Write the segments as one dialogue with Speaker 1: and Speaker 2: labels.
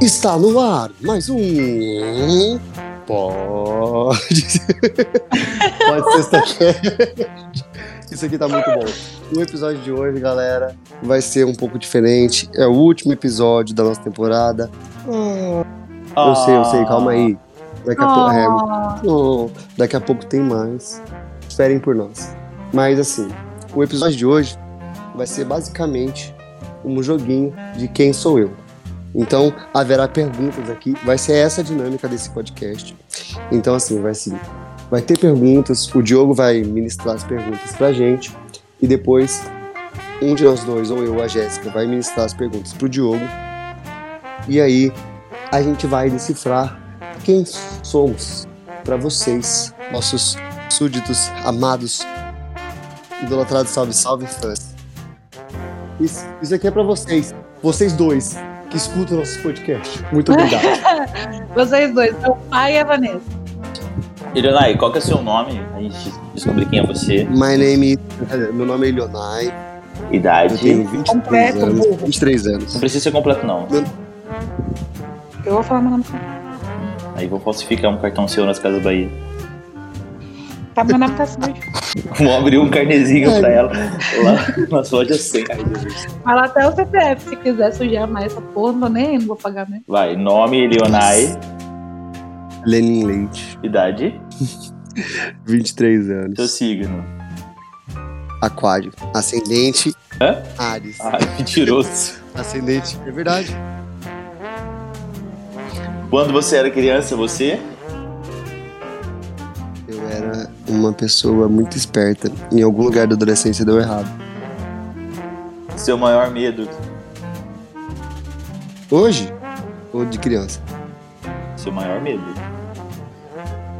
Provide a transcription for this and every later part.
Speaker 1: Está no ar mais um. Pode. Pode sexta-feira. Isso aqui tá muito bom. O episódio de hoje, galera, vai ser um pouco diferente. É o último episódio da nossa temporada.
Speaker 2: Ah.
Speaker 1: Eu sei, eu sei, calma aí. Daqui a, pou- é, oh, daqui a pouco tem mais. Esperem por nós. Mas assim, o episódio de hoje vai ser basicamente um joguinho de quem sou eu. Então, haverá perguntas aqui. Vai ser essa a dinâmica desse podcast. Então, assim, vai ser. Vai ter perguntas, o Diogo vai ministrar as perguntas pra gente. E depois, um de nós dois, ou eu, ou a Jéssica, vai ministrar as perguntas pro Diogo. E aí, a gente vai decifrar quem somos para vocês, nossos súditos, amados, idolatrados, salve, salve, fãs. Isso, isso aqui é para vocês, vocês dois que escutam nossos podcasts. Muito obrigado.
Speaker 3: Vocês dois, meu pai e a Vanessa.
Speaker 2: Ilionai, qual que é o seu nome? A gente descobre quem é você.
Speaker 1: My name is, meu nome é Ilionai, eu
Speaker 2: Idade.
Speaker 1: tenho 23
Speaker 3: Completo,
Speaker 1: anos.
Speaker 3: burro.
Speaker 1: 23 anos.
Speaker 2: Não precisa ser completo, não.
Speaker 3: Eu vou falar meu nome.
Speaker 2: Aí vou falsificar um cartão seu nas Casas Bahia.
Speaker 3: Tá, meu nome tá sujo.
Speaker 2: Vou abrir um carnezinho
Speaker 1: Ai.
Speaker 2: pra ela lá nas lojas 100.
Speaker 3: Fala até o CPF se quiser sujar mais essa porra, não tô nem aí, não vou pagar né? mesmo.
Speaker 2: Vai, nome, Ilionai,
Speaker 1: Lenin Leite,
Speaker 2: idade,
Speaker 1: 23
Speaker 2: seu
Speaker 1: anos.
Speaker 2: signo.
Speaker 1: Aquário, ascendente
Speaker 2: Hã?
Speaker 1: Ares.
Speaker 2: Ah, mentiroso.
Speaker 1: Ascendente, é verdade.
Speaker 2: Quando você era criança, você
Speaker 1: Eu era uma pessoa muito esperta. Em algum lugar da adolescência deu errado.
Speaker 2: seu maior medo,
Speaker 1: Hoje? Ou de criança?
Speaker 2: seu maior medo.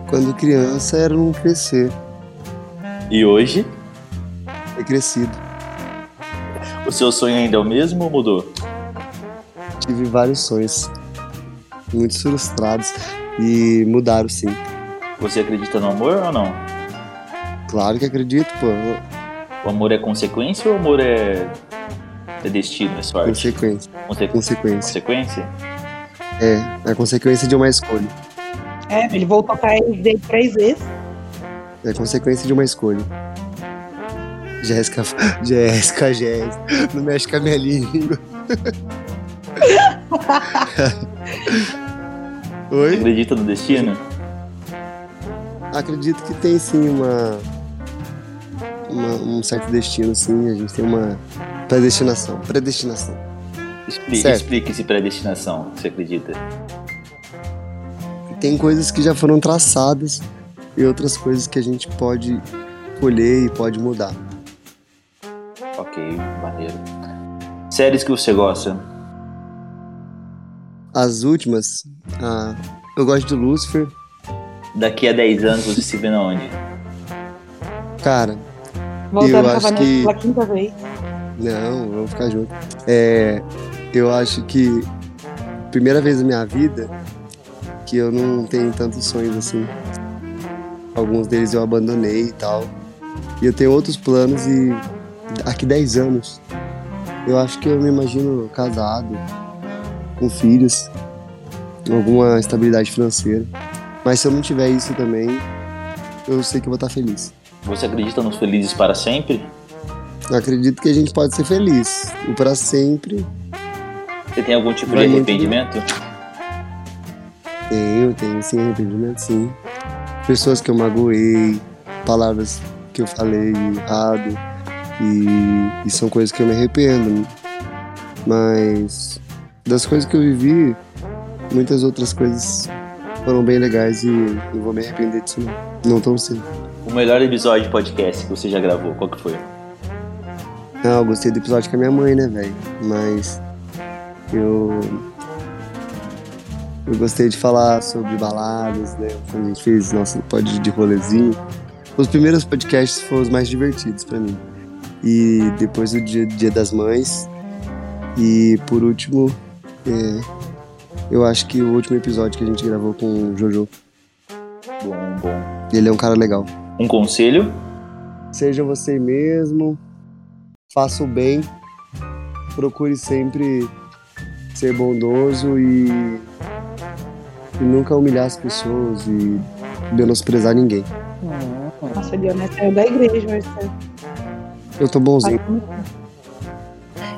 Speaker 1: Quando criança era não crescer,
Speaker 2: E hoje,
Speaker 1: ter crescido.
Speaker 2: o seu sonho ainda é o mesmo ou mudou?
Speaker 1: Tive vários sonhos, muitos frustrados e mudaram sim.
Speaker 2: Você acredita no amor ou não?
Speaker 1: Claro que acredito, pô,
Speaker 2: O amor é consequência ou o amor é, é destino, é sorte?
Speaker 1: consequência,
Speaker 2: Conse-
Speaker 1: consequência.
Speaker 2: Consequência?
Speaker 1: É, a consequência de uma escolha.
Speaker 3: É, ele voltou pra ele dele três vezes.
Speaker 1: É a consequência de uma escolha. Jéssica, Jéssica, Jéssica, não mexe com a minha língua. Oi?
Speaker 2: Acredita no destino?
Speaker 1: Acredito que tem sim uma, uma- um certo destino, sim. A gente tem uma predestinação. Predestinação.
Speaker 2: Explique,
Speaker 1: Certo.
Speaker 2: explique esse predestinação, você acredita?
Speaker 1: Tem coisas que já foram traçadas e outras coisas que a gente pode colher e pode mudar.
Speaker 2: Ok, maneiro. Séries que você gosta?
Speaker 1: As últimas, ah, eu gosto de Lúcifer.
Speaker 2: Daqui a 10 anos você se vê na onde?
Speaker 1: Cara, Eu
Speaker 3: Voltando com a
Speaker 1: acho
Speaker 3: Vanessa
Speaker 1: que-
Speaker 3: pela quinta vez.
Speaker 1: não, vamos ficar junto. É, eu acho que primeira vez na minha vida que eu não tenho tantos sonhos assim. Alguns deles eu abandonei e tal. E eu tenho outros planos e daqui 10 anos eu acho que eu me imagino casado, com filhos, alguma estabilidade financeira. Mas se eu não tiver isso também, eu sei que eu vou estar feliz.
Speaker 2: Você acredita nos felizes para sempre?
Speaker 1: Eu acredito que a gente pode ser feliz. O pra sempre
Speaker 2: Você tem algum tipo
Speaker 1: Vai
Speaker 2: de
Speaker 1: muito
Speaker 2: arrependimento?
Speaker 1: Tenho, tenho sim arrependimento, sim. Pessoas que eu magoei, palavras que eu falei errado, e, e são coisas que eu me arrependo. Mas das coisas que eu vivi, muitas outras coisas foram bem legais e não vou me arrepender disso não. Não tão cedo.
Speaker 2: O melhor episódio de podcast que você já gravou, qual que foi?
Speaker 1: Ah, eu gostei do episódio com a minha mãe, né, velho? Mas eu. Eu gostei de falar sobre baladas, né? Quando a gente fez nosso pod de rolezinho. Os primeiros podcasts foram os mais divertidos pra mim. E depois o dia, dia das Mães. E por último, é, eu acho que o último episódio que a gente gravou com o Jojo.
Speaker 2: Bom, bom.
Speaker 1: Ele é um cara legal.
Speaker 2: Um conselho?
Speaker 1: Seja você mesmo, faça o bem, procure sempre ser bondoso e, e nunca humilhar as pessoas e menosprezar ninguém.
Speaker 3: Nossa, Diana saiu da igreja, mas saiu
Speaker 1: Eu tô bonzinho.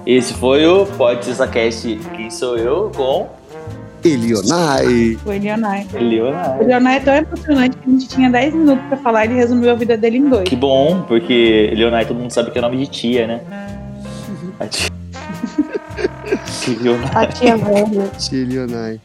Speaker 2: Esse foi o Pode Cast Quem Sou Eu com
Speaker 1: Elionai!
Speaker 3: o Elionai. O
Speaker 2: Leonardo.
Speaker 3: Elionai é tão emocionante que a gente tinha 10 minutos pra falar e ele resumiu a vida dele em dois.
Speaker 2: Que bom, porque Leonardo todo mundo sabe que é nome de tia, né? A tia. Leonardo.
Speaker 3: Tá, A tia velha.
Speaker 1: Elionai.